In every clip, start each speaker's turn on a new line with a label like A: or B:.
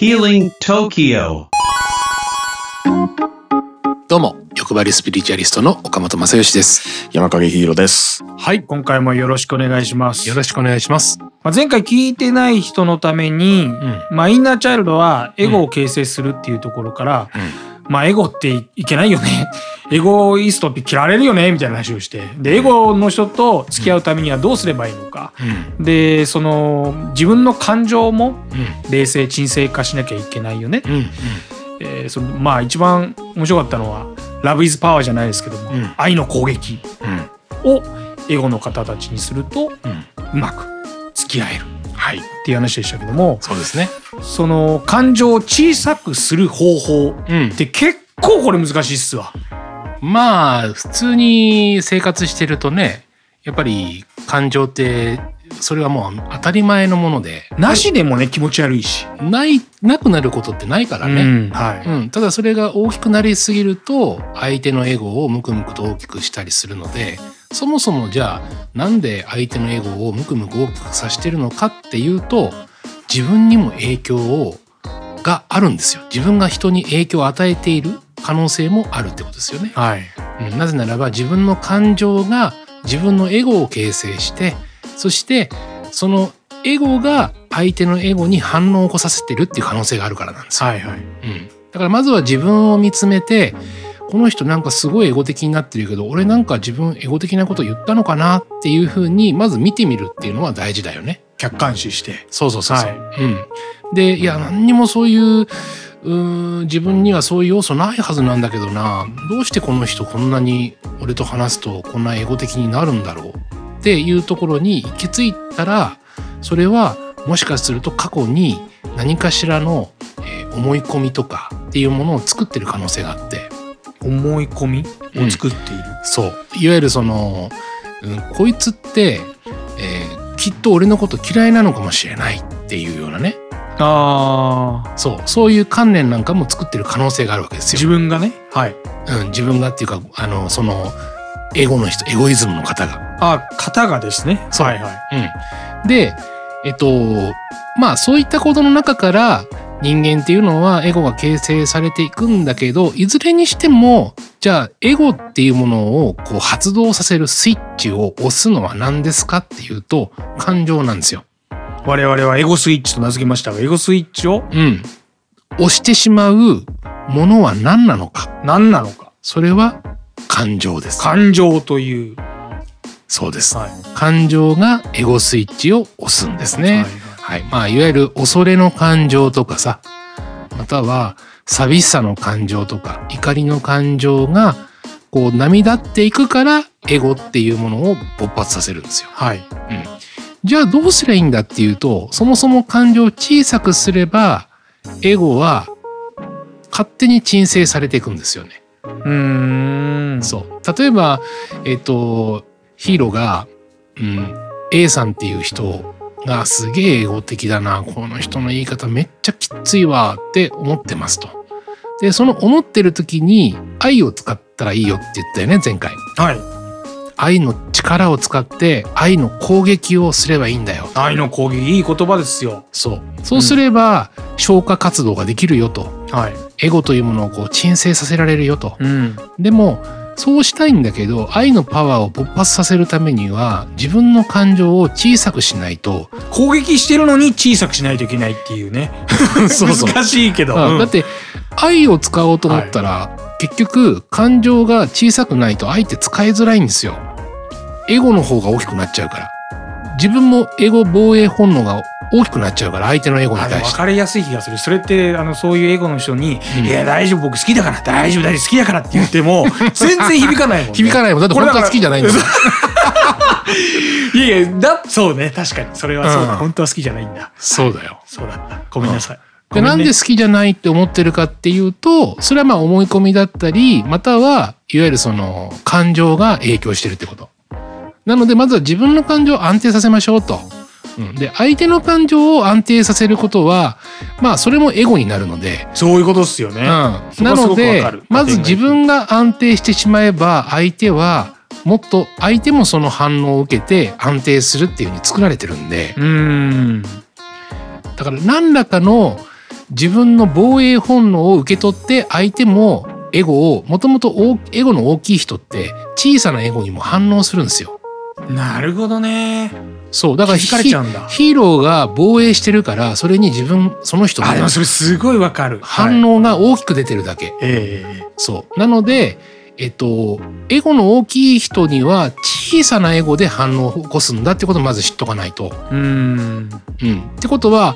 A: Healing Tokyo.
B: どうも、欲張りスピリチュアリストの岡本正義です。
C: 山影ヒーローです。
D: はい、今回もよろしくお願いします。
B: よろしくお願いします。
D: まあ、前回聞いてない人のために、
B: うん。
D: まあ、インナーチャイルドはエゴを形成するっていうところから、まあ、エゴっていいけないよね。 エゴイストって嫌われるよねみたいな話をして。で、エゴの人と付き合うためにはどうすればいいのか。
B: うん。
D: で、その、自分の感情も
B: うん。
D: 冷静、沈静化しなきゃいけないよね。
B: うん。
D: えーそのまあ、一番面白かったのは、ラブイズパワーじゃないですけども、
B: うん
D: 愛の攻撃
B: うん。
D: をエゴの方たちにすると、
B: うん。
D: うまく付き合える。
B: はい。
D: っていう話でしたけども
B: そうですね。
D: その感情を小さくする方法っ
B: うん。
D: て結構これ難しいっすわ。
B: まあ、普通に生活してるとね、やっぱり感情って、それはもう当たり前のもので、
D: なしでもね気持ち悪いし。
B: ない、なくなることってないからね。
D: うんは
B: うん、ただそれが大きくなりすぎると相手のエゴをムクムクと大きくしたりするのでそもそもじゃあなんで相手のエゴをムクムク大きくさせてるのかっていうと自分にも影響をがあるんですよ自分が人に影響を与えている可能性もあるってことですよね
D: い。、はい。
B: うん、なぜならば自分の感情が自分のエゴを形成してそしてそのエゴが相手のエゴに反応を起こさせてるっていう可能性があるからなんですよ
D: はいはい。
B: うん、だからまずは自分を見つめてこの人なんかすごいエゴ的になってるけど俺なんか自分エゴ的なこと言ったのかなっていうふうにまず見てみるっていうのは大事だよね。
D: 客観視して。
B: そうそうそうそう。
D: は
B: うん、でいや何にもそういううーん自分にはそういう要素ないはずなんだけどなどうしてこの人こんなに俺と話すとこんなエゴ的になるんだろうっていうところに行き着いたらそれはもしかすると過去に何かしらの、えー思い込みとかっていうものを作ってる可能性があって
D: 思い込みを作っている。
B: そういわゆるその、うん、こいつって、えーきっと俺のこと嫌いなのかもしれないっていうようなね
D: ああ
B: そう、そういう観念なんかも作ってる可能性があるわけです
D: 自
B: よ。
D: 分がね。はい。
B: うん、自分がっていうか、あの、その、エゴの人、エゴイズムの方が。
D: あ型がですね。
B: そう
D: はいはい。
B: うん。で、えっと、まあ、そういったことの中から、人間っていうのはエゴが形成されていくんだけど、いずれにしても、じゃあ、エゴっていうものをこう発動させるスイッチを押すのは何ですかっていうと、感情なんですよ。
D: 我々はエゴスイッチと名付けましたがエゴスイッチを
B: うん。押してしまうものは何なのか。
D: 何なのか
B: それは感情です。
D: 感情という。
B: そうです。
D: はい。
B: 感情がエゴスイッチを押すんですね
D: はい。
B: はい。まあ、いわゆる恐れの感情とかさ、または寂しさの感情とか、怒りの感情が、こう、波立っていくから、エゴっていうものを勃発させるんですよ。
D: はい。
B: じゃあどうすりゃいいんだっていうと、そもそも感情を小さくすれば、エゴは勝手に鎮静されていくんですよね。
D: うーん。
B: そう例えば、えっとヒーローが、うん、A さんっていう人がすげえエゴ的だなこの人の言い方めっちゃきついわって思ってますと。でその思ってる時に愛を使ったらいいよって言ったよね前回。
D: はい。
B: 愛の力を使って愛の攻撃をすればいいんだよ。
D: 愛の攻撃いい言葉ですよ。
B: そうそうすれば消化活動ができるよと。
D: はい。
B: エゴというものをこう鎮静させられるよと。
D: うん。
B: でもそうしたいんだけど愛のパワーを勃発させるためには自分の感情を小さくしない と
D: 攻撃してるのに小さくしないといけないっていうね。難しいけど。
B: あ
D: うん
B: だって愛を使おうと思ったら、結局感情が小さくないと愛って使いづらいんですよ。エゴの方が大きくなっちゃうから自分もエゴ防衛本能が大きくなっちゃうから相手のエゴに
D: あで
B: 対
D: も
B: し
D: 分
B: て。
D: かりやすい気がする。それって、あの、そういうエゴの人に、
B: うん
D: いや、大丈夫、僕好きだから、大丈夫、大丈夫、好きだからって言っても、全然響かないもん、ね。
B: 響かないもんだって本当
D: こ
B: は
D: れだから
B: 好きじゃないんだもん。
D: いやいや、だ、そうね、確かに。それはそうだ。
B: うん
D: 本当は好きじゃないんだ。
B: そうだよ。
D: そうだった。ごめんなさい。
B: で、
D: ごめ
B: なんん
D: ね
B: で好きじゃないって思ってるかっていうと、それはまあ思い込みだったり、またはいわゆるその感情が影響してるってこと。なのでまずは自分の感情を安定させましょうと。うん、で、相手の感情を安定させることは、まあそれもエゴになるので、
D: そういうことっすよね。
B: うん、な
D: そこはす
B: の
D: ごくわ
B: で
D: かる
B: まず自分が安定してしまえば相手はもっと相手もその反応を受けて安定するっていうふうに作られてるんで、
D: うーん。
B: だから何らかの自分の防衛本能を受け取って相手もエゴをもともと大エゴの大きい人って小さなエゴにも反応するんですよ。
D: なるほどね。
B: そうだから
D: 惹かれちゃうんだ
B: ヒヒーローが防衛してるからそれに自分その人の
D: あ、でもそれすごいわかる。
B: 反
D: はい。
B: 応が大きく出てるだけ。
D: ええ
B: そう。なので、えっと、エゴの大きい人には小さなエゴで反応を起こすんだってことをまず知っとかないと。
D: うーん。
B: うん。ってことは、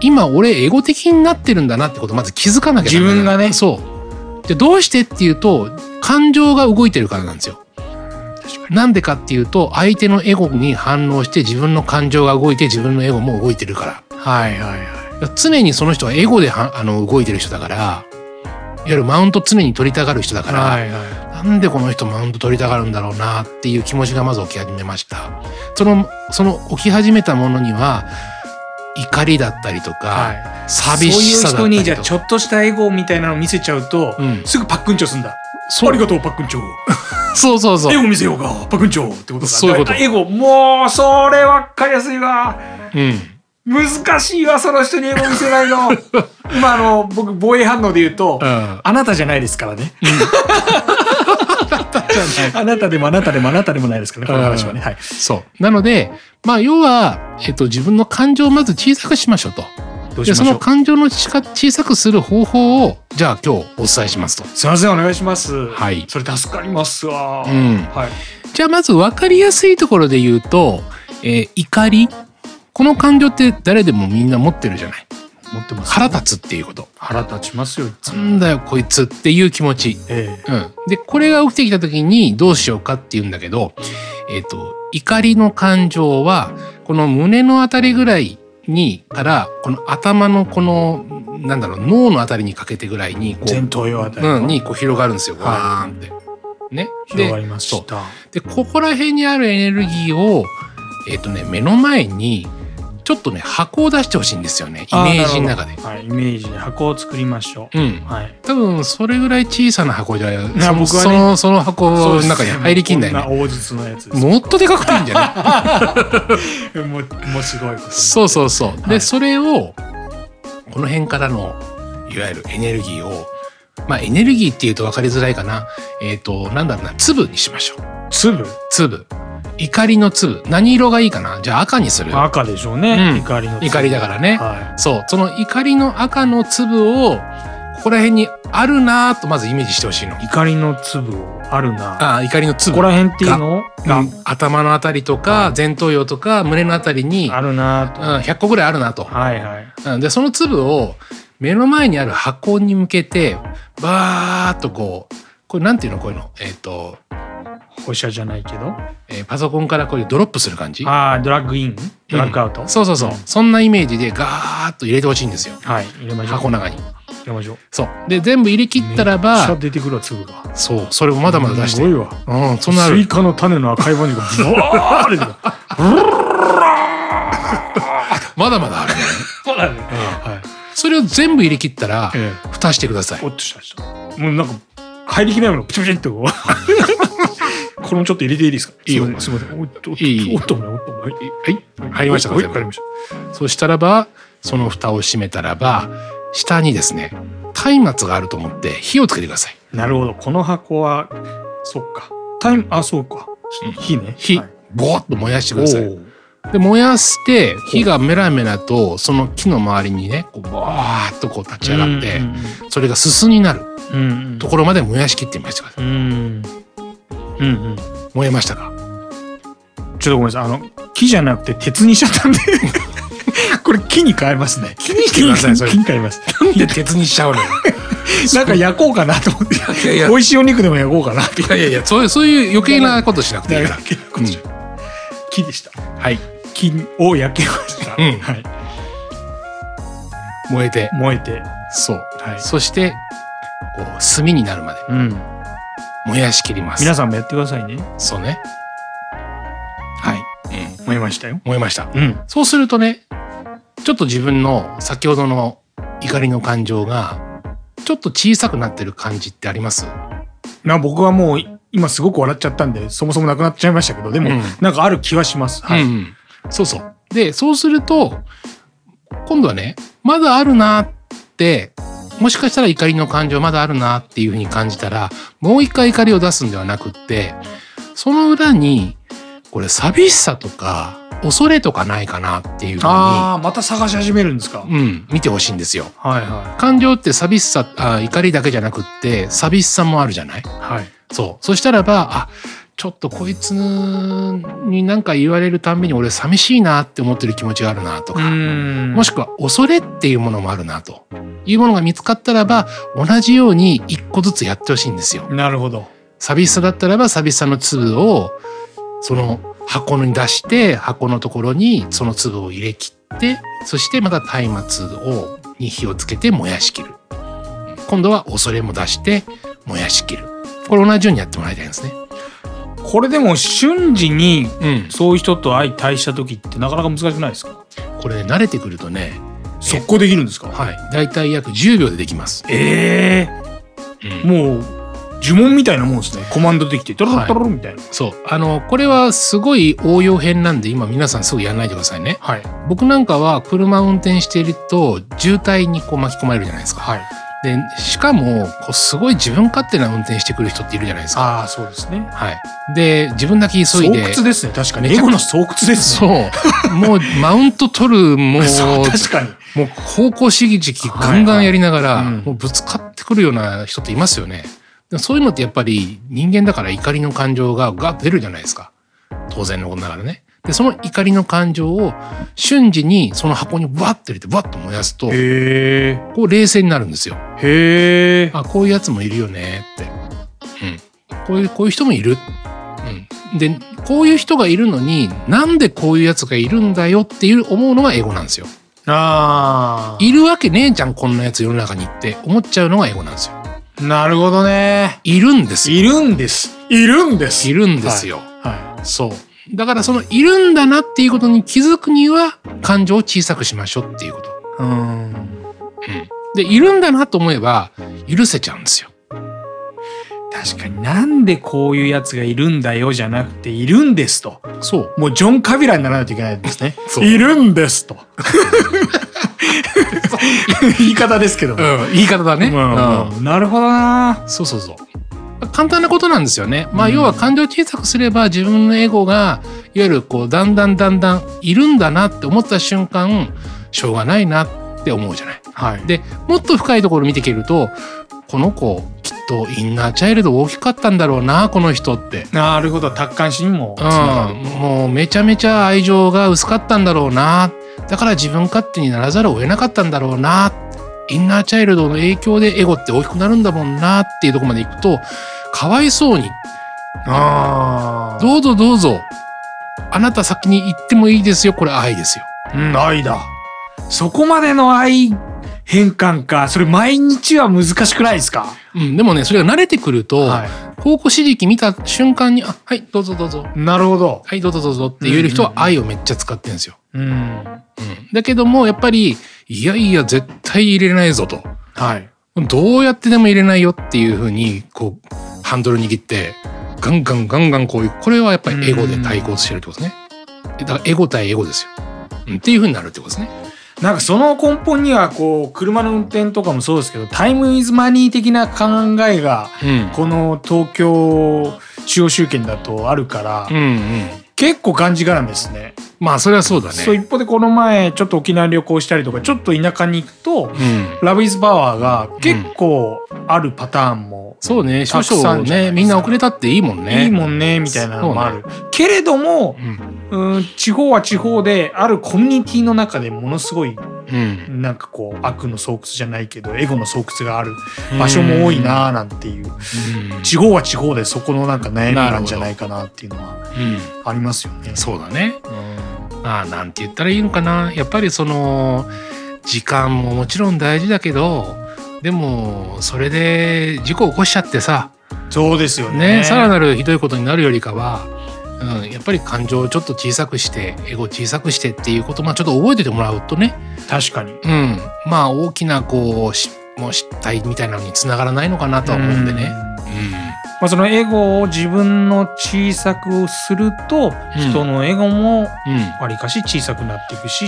B: 今俺エゴ的になってるんだなってことをまず気づかなきゃダメな
D: 自分がね
B: そう。で、どうしてっていうと、感情が動いてるからなんですよ。なんでかっていうと、相手のエゴに反応して自分の感情が動いて自分のエゴも動いてるから。
D: はいはいはい。
B: 常にその人はエゴではあの動いてる人だから、いわゆるマウント常に取りたがる人だから、
D: はいは
B: なんでこの人マウント取りたがるんだろうなっていう気持ちがまず起き始めました。その、その起き始めたものには、怒りだったりとか、
D: い。はい。
B: 寂しさだった
D: そういう人に
B: り
D: じゃあ
B: と
D: ち
B: か。
D: ょっとしたエゴみたいなの見せちゃうと、
B: うん、
D: すぐパックンチョすんだ。
B: そう
D: ありがとうパックンチョ。
B: そうそうそ
D: エ
B: う。
D: ゴ見せようかパックンチョってことだ。
B: そういうこと
D: だからエゴもうそれわかりやすいわ。
B: うん。
D: 難しいわその人に英語見せない の今あの僕防衛反応で言うと、
B: うん。
D: あなたじゃないですからね あなたでもあなたでもあなたでもないですからねこの話はね、
B: うん
D: はい、
B: そう。なので、まあ、要は、えっと、自分の感情をまず小さくしましょうと。
D: どうし
B: で、
D: まし
B: そ
D: ょ
B: の
D: う
B: 感情のちか小さくする方法を、じゃあ今日お伝えしますと。
D: すいませんお願いします
B: はい
D: それ助かりますわ、
B: うん。
D: はい
B: じゃあまず分かりやすいところで言うと、えー怒りこの感情って誰でもみんな持ってるじゃない
D: 持ってます
B: 腹立つっていうこと
D: 腹立ちますよいつ
B: な
D: も
B: んだよこいつっていう気持ち、
D: ええ
B: うん、でこれが起きてきた時にどうしようかっていうんだけど、えっと怒りの感情はこの胸のあたりぐらいにからこの頭のこのなんだろう脳のあたりにかけてぐらいにこ
D: 前
B: う、
D: 頭葉あたり
B: うん、
D: に
B: にこう広がるんですよ
D: はい
B: わーンって。ね、
D: 広がりました
B: でここら辺にあるエネルギーを、えっとね、目の前にちょっとね箱を出してほしいんですよねイ
D: あー
B: メージの中で。
D: はいイメージで箱を作りましょ
B: う、
D: うんはい
B: 多分それぐらい小さな箱じゃそ
D: いや
B: の
D: 僕はね
B: そのその箱の中に入りきんない
D: こ
B: ね
D: んな大筒のやつです
B: もっとでかくていいんじゃない
D: もうもうすごいことになってる
B: そうそうそう。で、
D: はい
B: それをこの辺からのいわゆるエネルギーをまあエネルギーっていうと分かりづらいかなえっ、となんだろうな粒にしましょう
D: 粒
B: 粒怒りの粒何色がいいかなじゃあ赤にする
D: 赤でしょうね、
B: うん
D: 怒りの粒
B: 怒りだからね。
D: は
B: そう、その怒りの赤の粒を、ここら辺にあるなぁとまずイメージしてほしいの
D: い、。怒りの粒をあるな
B: ああ、怒りの粒。
D: ここら辺っていうのが、
B: うん頭のあたりとか、前頭葉とか、胸のあたりに、
D: あるなと、
B: うん、100個ぐらいあるなと。
D: はいはい
B: うんで、その粒を、目の前にある箱に向けて、バーっとこう、これなんていうのこういうの。えっ、と、
D: 放射じゃないけど
B: えーパソコンからこういうドロップする感じ。
D: ああドラッグインドラッグアウト、
B: そうそうそう。そんなイメージでガーッと入れてほしいんですよ。
D: はい入れましょう
B: 箱の中に。
D: 入れましょう
B: そう。で、全部入れ切ったら
D: めっちゃ
B: ば、
D: 出てくるわ粒が
B: そう、それをまだまだ出して
D: すご。いわ
B: うん、そんなあ
D: スイ
B: る。
D: カの種の赤いバニがブワー出てく る
B: まだまだあるね。
D: そうだね、はい
B: それを全部入れ切ったら、
D: え
B: 蓋してくださ
D: え
B: い。
D: おっとしたしたもうなんか入りきないものプチプチってこう これもちょっと入れていいですか
B: いいよ
D: すいませんすいませんおっとおっと
B: いいいい
D: おっとおっとおっとはい
B: はい。入りましたか
D: はい
B: 全部
D: わかりまし
B: そしたらば、その蓋を閉めたらば、下にですね、松明があると思って火をつけてください。
D: たなるほどこの箱はそっかタイムあそうか
B: うん
D: 火ね
B: 火
D: はい、
B: ぼーっと燃やして
D: お
B: ください。
D: ー
B: で、燃やして、火がメラメラと、その木の周りにね、こう、ぼーっとこう立ち上がって、それがすすになる
D: うんうん
B: ところまで燃やしきってみました。
D: うんうんうんうん
B: 燃えましたか
D: ちょっとごめんなさいあの木じゃなくて鉄にしちゃったん でこれ木に変えますね木に
B: してくださいそれ
D: 木に変えます
B: なんで鉄にしちゃうのよ。
D: なんか焼こうかなと思って
B: いやいや
D: 美味しいお肉でも焼こうかなって
B: いやいやいや、そういう、そういう余計なことしなくていいから。
D: 木でした
B: はい。
D: 木を焼けました、
B: うん
D: はい、
B: 燃えて。
D: 燃えて
B: そう。
D: はい
B: そして、こう、炭になるまで
D: うん
B: 燃やしきります。
D: 皆さんもやってくださいね
B: そうね。
D: はい
B: うん。
D: 燃えましたよ
B: 燃えました。
D: うん
B: そうするとね、ちょっと自分の先ほどの怒りの感情が、ちょっと小さくなってる感じってあります
D: な僕はもう今すごく笑っちゃったんでそもそもなくなっちゃいましたけどでも、
B: うん
D: なんかある気はします、はい
B: うん。そうそう。で、そうすると、今度はね、まだあるなっってもしかしたら怒りの感情まだあるなっていうふうに感じたらもう一回怒りを出すんではなくってその裏にこれ寂しさとか恐れとかないかなっていうふうに、
D: ああまた探し始めるんですか。
B: うん、見てほしいんですよ。
D: はいは
B: 感情って寂しさあ怒りだけじゃなくって寂しさもあるじゃない
D: いはい。
B: そうそしたらばあちょっとこいつに何か言われるたんびに俺寂しいなって思ってる気持ちがあるなと
D: う
B: か、
D: ーん。
B: もしくは恐れっていうものもあるなというものが見つかったらば同じように一個ずつやってほしいんですよ。
D: なるほど。
B: 寂しさだったらば寂しさの粒をその箱に出して箱のところにその粒を入れ切ってそしてまた松明をに火をつけて燃やしきる今度は恐れも出して燃やしきるこれ同じようにやってもらいたいんですね。
D: これでも瞬時に
B: うん、
D: そういう人と相対した時ってなかなか難しくないですか。
B: これ、ね、慣れてくるとね、
D: 速攻できるんですか。
B: はい、だいたい約10秒でできます。
D: ええ
B: うん
D: もう呪文みたいなもんですね。コマンドできてトロロトロロみたいな。
B: そうあのこれはすごい応用編なんで今皆さんすぐやらないでくださいね
D: はい
B: 僕なんかは車運転していると渋滞にこう巻き込まれるじゃないですか
D: はい。
B: でしかもこうすごい自分勝手な運転してくる人っているじゃないですか
D: ああそうですね。
B: はいで自分だけ急
D: 巣
B: い
D: 窟
B: で
D: ですね確かに。
B: め
D: エ
B: ちゃくちゃ
D: ゴの巣窟です
B: そ
D: ね。
B: うもうマウント取るもう
D: そう確かに。
B: もう方向指示ガンガンやりながら、
D: はいはいうん
B: もうぶつかってくるような人っていますよね。でもそういうのってやっぱり人間だから怒りの感情がガッと出るじゃないですか。当然のことながらね。で、その怒りの感情を瞬時にその箱にブワッと入れてブワッと燃やすと、
D: へえ。
B: こう冷静になるんですよ。
D: へえ。
B: あ、こういうやつもいるよねって。うん。こういう、こういう人もいる。うん。で、こういう人がいるのに、なんでこういうやつがいるんだよっていう思うのがエゴなんですよ。
D: あ
B: いるわけねえじゃん、こんなやつ世の中にって思っちゃうのがエゴなんですよ。
D: あ。なるほどね。
B: いるんですよ。
D: いるんです。いるんです。
B: いるんですよ。
D: は
B: そう。だからそのいるんだなっていうことに気づくには感情を小さくしましょうっていうこと。
D: い。うん。
B: で、いるんだなと思えば許せちゃうんですよ。
D: 確かになんでこういうやつがいるんだよじゃなくているんですと。
B: そう。。
D: もうジョン・カビラにならないといけないですね
B: そう
D: いるんですと。 言い方ですけども。
B: うん、言い方だね。
D: うん
B: うん
D: なるほどな。
B: そうそうそう。簡単なことなんですよね。まあ、
D: うん
B: 要は感情を小さくすれば自分のエゴが、いわゆるこう、だんだんだんだんいるんだなって思った瞬間、しょうがないなって思うじゃない。
D: はい。
B: でもっと深いところ見ていけるとこの子きっとインナーチャイルド大きかったんだろうなこの人って。
D: なるほど。達観心にもつ
B: う
D: ながる。
B: ん、もうめちゃめちゃ愛情が薄かったんだろうなだから自分勝手にならざるを得なかったんだろうなインナーチャイルドの影響でエゴって大きくなるんだもんなっていうところまでいくとかわいそうに
D: ああ。
B: どうぞどうぞあなた先に行ってもいいですよこれ愛ですよ。
D: うん、愛だ。そこまでの愛変換か。それ毎日は難しくないですか
B: うん、でもねそれが慣れてくると、
D: は
B: 方向指示器見た瞬間に「あはいどうぞどうぞ
D: い。なるほど。
B: はい、どうぞどうぞって言える人は愛をめっちゃ使ってるんですよ。
D: うん。
B: だけども、やっぱり、いやいや、絶対入れないぞと。
D: はい。
B: どうやってでも入れないよっていうふうに、こう、ハンドル握って、ガンガンガンガンこういう、これはやっぱりエゴで対抗してるってことですね。だからエゴ対エゴですよ。うんっていうふうになるってことですね。
D: なんかその根本にはこう車の運転とかもそうですけどタイムイズマニー的な考えが
B: うん。
D: この東京中央集権だとあるから、
B: うんうん。
D: 結構がんじがらめですね
B: まあ、それはそうだね。
D: そう一方でこの前ちょっと沖縄旅行したりとかちょっと田舎に行くと
B: うん。
D: ラブイズパワーが結構あるパターンも、
B: そうね、少
D: たくさ
B: 々
D: んじゃないで
B: ね、
D: すか
B: みんな遅れたっていいもんね。
D: いいもんねみたいなのもある、けれども
B: うん。
D: うん地方は地方であるコミュニティの中でものすごい
B: うん。
D: なんかこう悪の巣窟じゃないけどエゴの巣窟がある場所も多いなーなんていう、
B: うん。
D: 地方は地方でそこのなんか悩みなんじゃないかなっていうのは
B: うん
D: ありますよね。
B: そうだね。
D: うん
B: まあなんて言ったらいいのかなやっぱりその時間ももちろん大事だけどでもそれで事故起こしちゃってさ
D: そうですよね。
B: ねさらなるひどいことになるよりかは、うん、やっぱり感情をちょっと小さくしてエゴ小さくしてっていうことまあちょっと覚えててもらうとね、
D: 確かに。
B: うん、まあ大きなこうしもう失態みたいなのにつながらないのかなとは思うんでね。うん
D: まあ、そのエゴを自分の小さくする
B: う
D: と
B: ん
D: 人のエゴも
B: うん、
D: わりかし小さくなっていくし、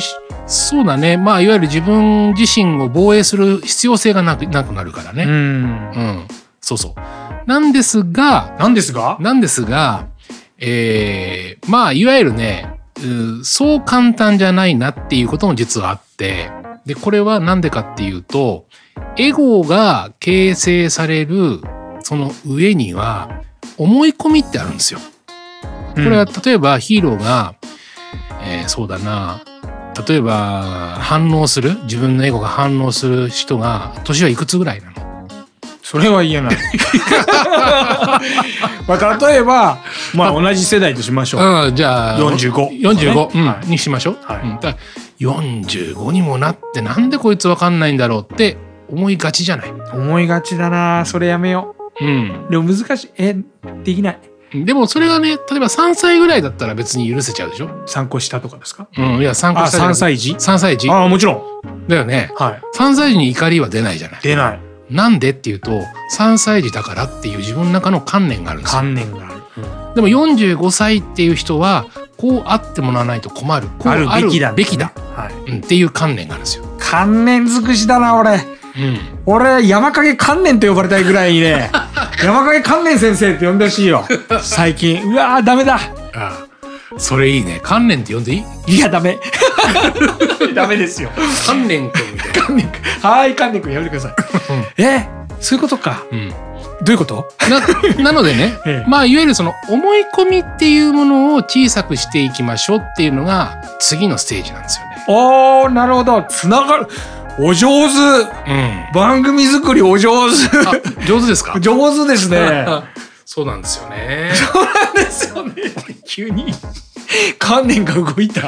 B: そうだねまあいわゆる自分自身を防衛する必要性がなくなくなるから
D: う
B: ね、
D: ん
B: うんそうそうなんですが
D: なんですが
B: なんですがえーまあいわゆるねうんそう簡単じゃないなっていうことも実はあってでこれは何でかっていうとエゴが形成されるその上には思い込みってあるんですよ。
D: こ
B: これは例えばヒーローが、えーそうだな例えば反応する自分のエゴが反応する人が年はいくつぐらいなの
D: それは言え ない。まあ、例えば、まあ、同じ世代としましょう。
B: ああじゃあ
D: 45
B: 45、うん
D: はい
B: にしましょう、
D: はい
B: うん、だから45にもなってなんでこいつわかんないんだろうって思いがちじゃない、
D: 思いがちだなそれやめよ
B: うん、
D: う。でも難しい。え、できない。
B: でもそれがね例えば3歳ぐらいだったら別に許せちゃうでしょ、
D: 参考したとかですか
B: うん、いや参
D: あ、
B: 考
D: 3歳児
B: 3歳児
D: あ、もちろん。
B: だよね
D: はい。
B: 3歳児に怒りは出ないじゃない
D: 出ない。
B: なんでっていうと3歳児だからっていう自分の中の観念があるんですよ
D: 観念がある。
B: でも45歳っていう人はこうあってもらわないと困るこう
D: あるべきだ、
B: べきだ、
D: はい。
B: うん、っていう観念があるんですよ、
D: 観念尽くしだな、俺。俺、山影観念と呼ばれたいぐらいに ね、山影観念先生って呼んでほしいよ。最近。うわー、ダメだ。
B: ああそれいいね観念って呼んでいい
D: いや、ダメ。 ダメですよ。
B: 観念君みたいな、
D: 観念君はい、観念君やめてください。え、そういうことか。
B: うん、
D: どういうこと、
B: な なのでね
D: ええ
B: まあいわゆるその思い込みっていうものを小さくしていきましょうっていうのが次のステージなんですよね。
D: おー、なるほど。つながる。お上手。番組作りお上手。
B: うん、 あ上手ですか
D: 上手です ね。
B: そうなんですよね。
D: ですよね。 急に観念が動いた。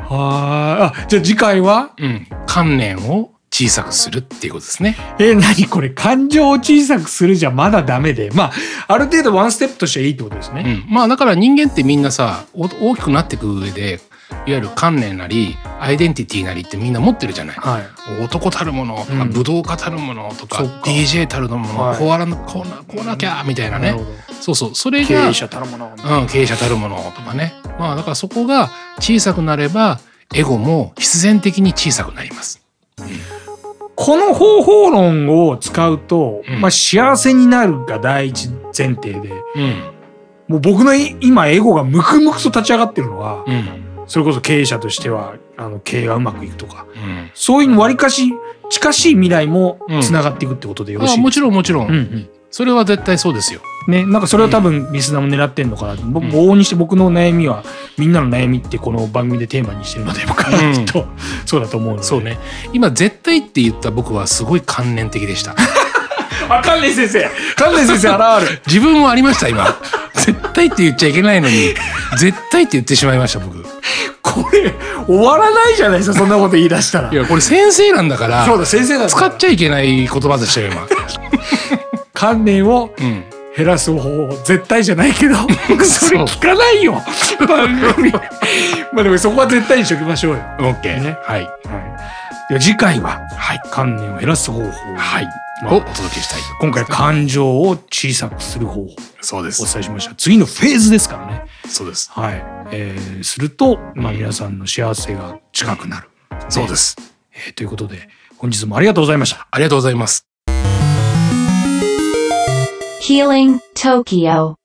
D: はーい。あ、じゃあ次回は
B: うん、観念を小さくするっていうことですね。
D: え、何これ感情を小さくするじゃまだダメで。まあ、ある程度ワンステップとしてはいいってことです
B: う
D: ね。
B: ん、まあだから人間ってみんなさお大きくなっていく上でいわゆる観念なりアイデンティティなりってみんな持ってるじゃない。
D: はい。
B: 男たるもの、
D: うん
B: 武道家たるものとか
D: そっか
B: DJ たるもの、
D: はい
B: こうあらなこうなこうなきゃみたいな
D: なる
B: ね
D: ほど。
B: そうそうそれ
D: 経
B: が
D: 営者たるもの。
B: うん、経営者たるものとかねまあだからそこが小さくなればエゴも必然的に小さくなります。
D: この方法論を使うと、
B: うん
D: まあ幸せになるが第一前提で、
B: うん
D: もう僕のい今エゴがムクムクと立ち上がってるのは、
B: うん
D: それこそ経営者としては、あの、経営がうまくいくとか、
B: うん
D: そういうの割かし近しい未来も
B: うん
D: つながっていくってことでよろし
B: あ
D: い
B: も
D: です
B: ちろんもちろん、
D: か、うん
B: それは絶対そうですよ。
D: うんね、なんかそれを多分リスナーも狙ってんのかな、ぼ
B: うん
D: 往々にして僕の悩みはみんなの悩みってこの番組でテーマにしてるので僕は
B: うん
D: きっとそうだと思うので、
B: そうね今絶対って言った僕はすごい観念的でした。
D: あ関連先生関連先生現る
B: 自分もありました 今。絶対って言っちゃいけないのに絶対って言ってしまいました僕。い
D: これ終わらないじゃないですかそんなこと言い出したら
B: やこれ先生なんだから
D: そうだ先生だ
B: 使っちゃいけない言葉でしたよ今。
D: 関連を
B: うん
D: 減らす方法絶対じゃないけど僕 それ聞かないよ番 組まあでもそこは絶対にしときましょうよ
B: OK、
D: ね
B: はい
D: はい、では次回は、はい、観念を減らす方法、
B: はい
D: まあ
B: をお届けしたいと思
D: 今
B: います
D: 回感情を小さくする方法を
B: そうです
D: お伝えしました次のフェーズですからね、
B: そうです。
D: はいえー、すると、まあ、皆さんの幸せが近くなる、
B: そうです。
D: えーということで本日もありがとうございました
B: ありがとうございます。
C: Healing Tokyo.